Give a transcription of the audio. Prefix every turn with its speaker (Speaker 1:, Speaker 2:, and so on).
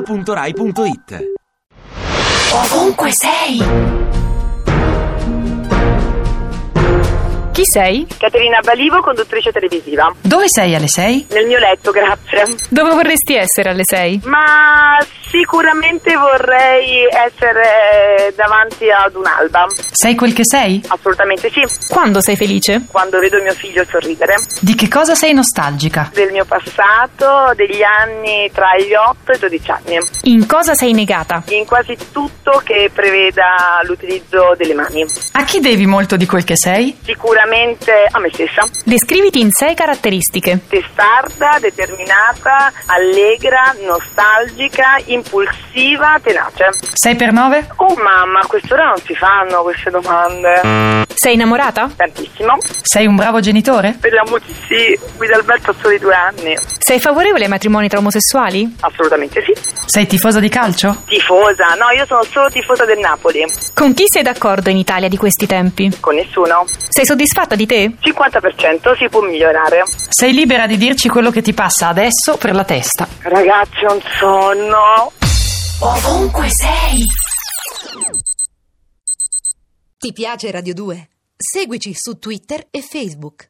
Speaker 1: radio2pod.rai.it
Speaker 2: Ovunque sei!
Speaker 3: Chi sei?
Speaker 4: Caterina Balivo, conduttrice televisiva.
Speaker 3: Dove sei alle 6?
Speaker 4: Nel mio letto, grazie.
Speaker 3: Dove vorresti essere alle 6?
Speaker 4: Ma sicuramente vorrei essere eh, davanti ad un'alba.
Speaker 3: Sei quel che sei?
Speaker 4: Assolutamente sì.
Speaker 3: Quando sei felice?
Speaker 4: Quando vedo mio figlio sorridere.
Speaker 3: Di che cosa sei nostalgica?
Speaker 4: Del mio passato, degli anni tra gli 8 e i 12 anni.
Speaker 3: In cosa sei negata?
Speaker 4: In quasi tutto che preveda l'utilizzo delle mani.
Speaker 3: A chi devi molto di quel che sei?
Speaker 4: Sicuramente a me stessa.
Speaker 3: Descriviti in sei caratteristiche.
Speaker 4: Testarda, determinata, allegra, nostalgica, impulsiva, tenace.
Speaker 3: 6 per 9?
Speaker 4: Oh mamma, a quest'ora non si fanno queste domande.
Speaker 3: Sei innamorata?
Speaker 4: Tantissimo.
Speaker 3: Sei un bravo genitore?
Speaker 4: Speriamo di sì. Guidalberto ha solo i due anni.
Speaker 3: Sei favorevole ai matrimoni tra omosessuali?
Speaker 4: Assolutamente sì.
Speaker 3: Sei tifosa di calcio?
Speaker 4: Tifosa, no, io sono solo tifosa del Napoli.
Speaker 3: Con chi sei d'accordo in Italia di questi tempi?
Speaker 4: Con nessuno.
Speaker 3: Sei soddisfatta di te?
Speaker 4: 50% si può migliorare.
Speaker 3: Sei libera di dirci quello che ti passa adesso per la testa.
Speaker 4: Ragazzi, un sonno.
Speaker 2: Ovunque sei!
Speaker 5: Ti piace Radio 2? Seguici su Twitter e Facebook.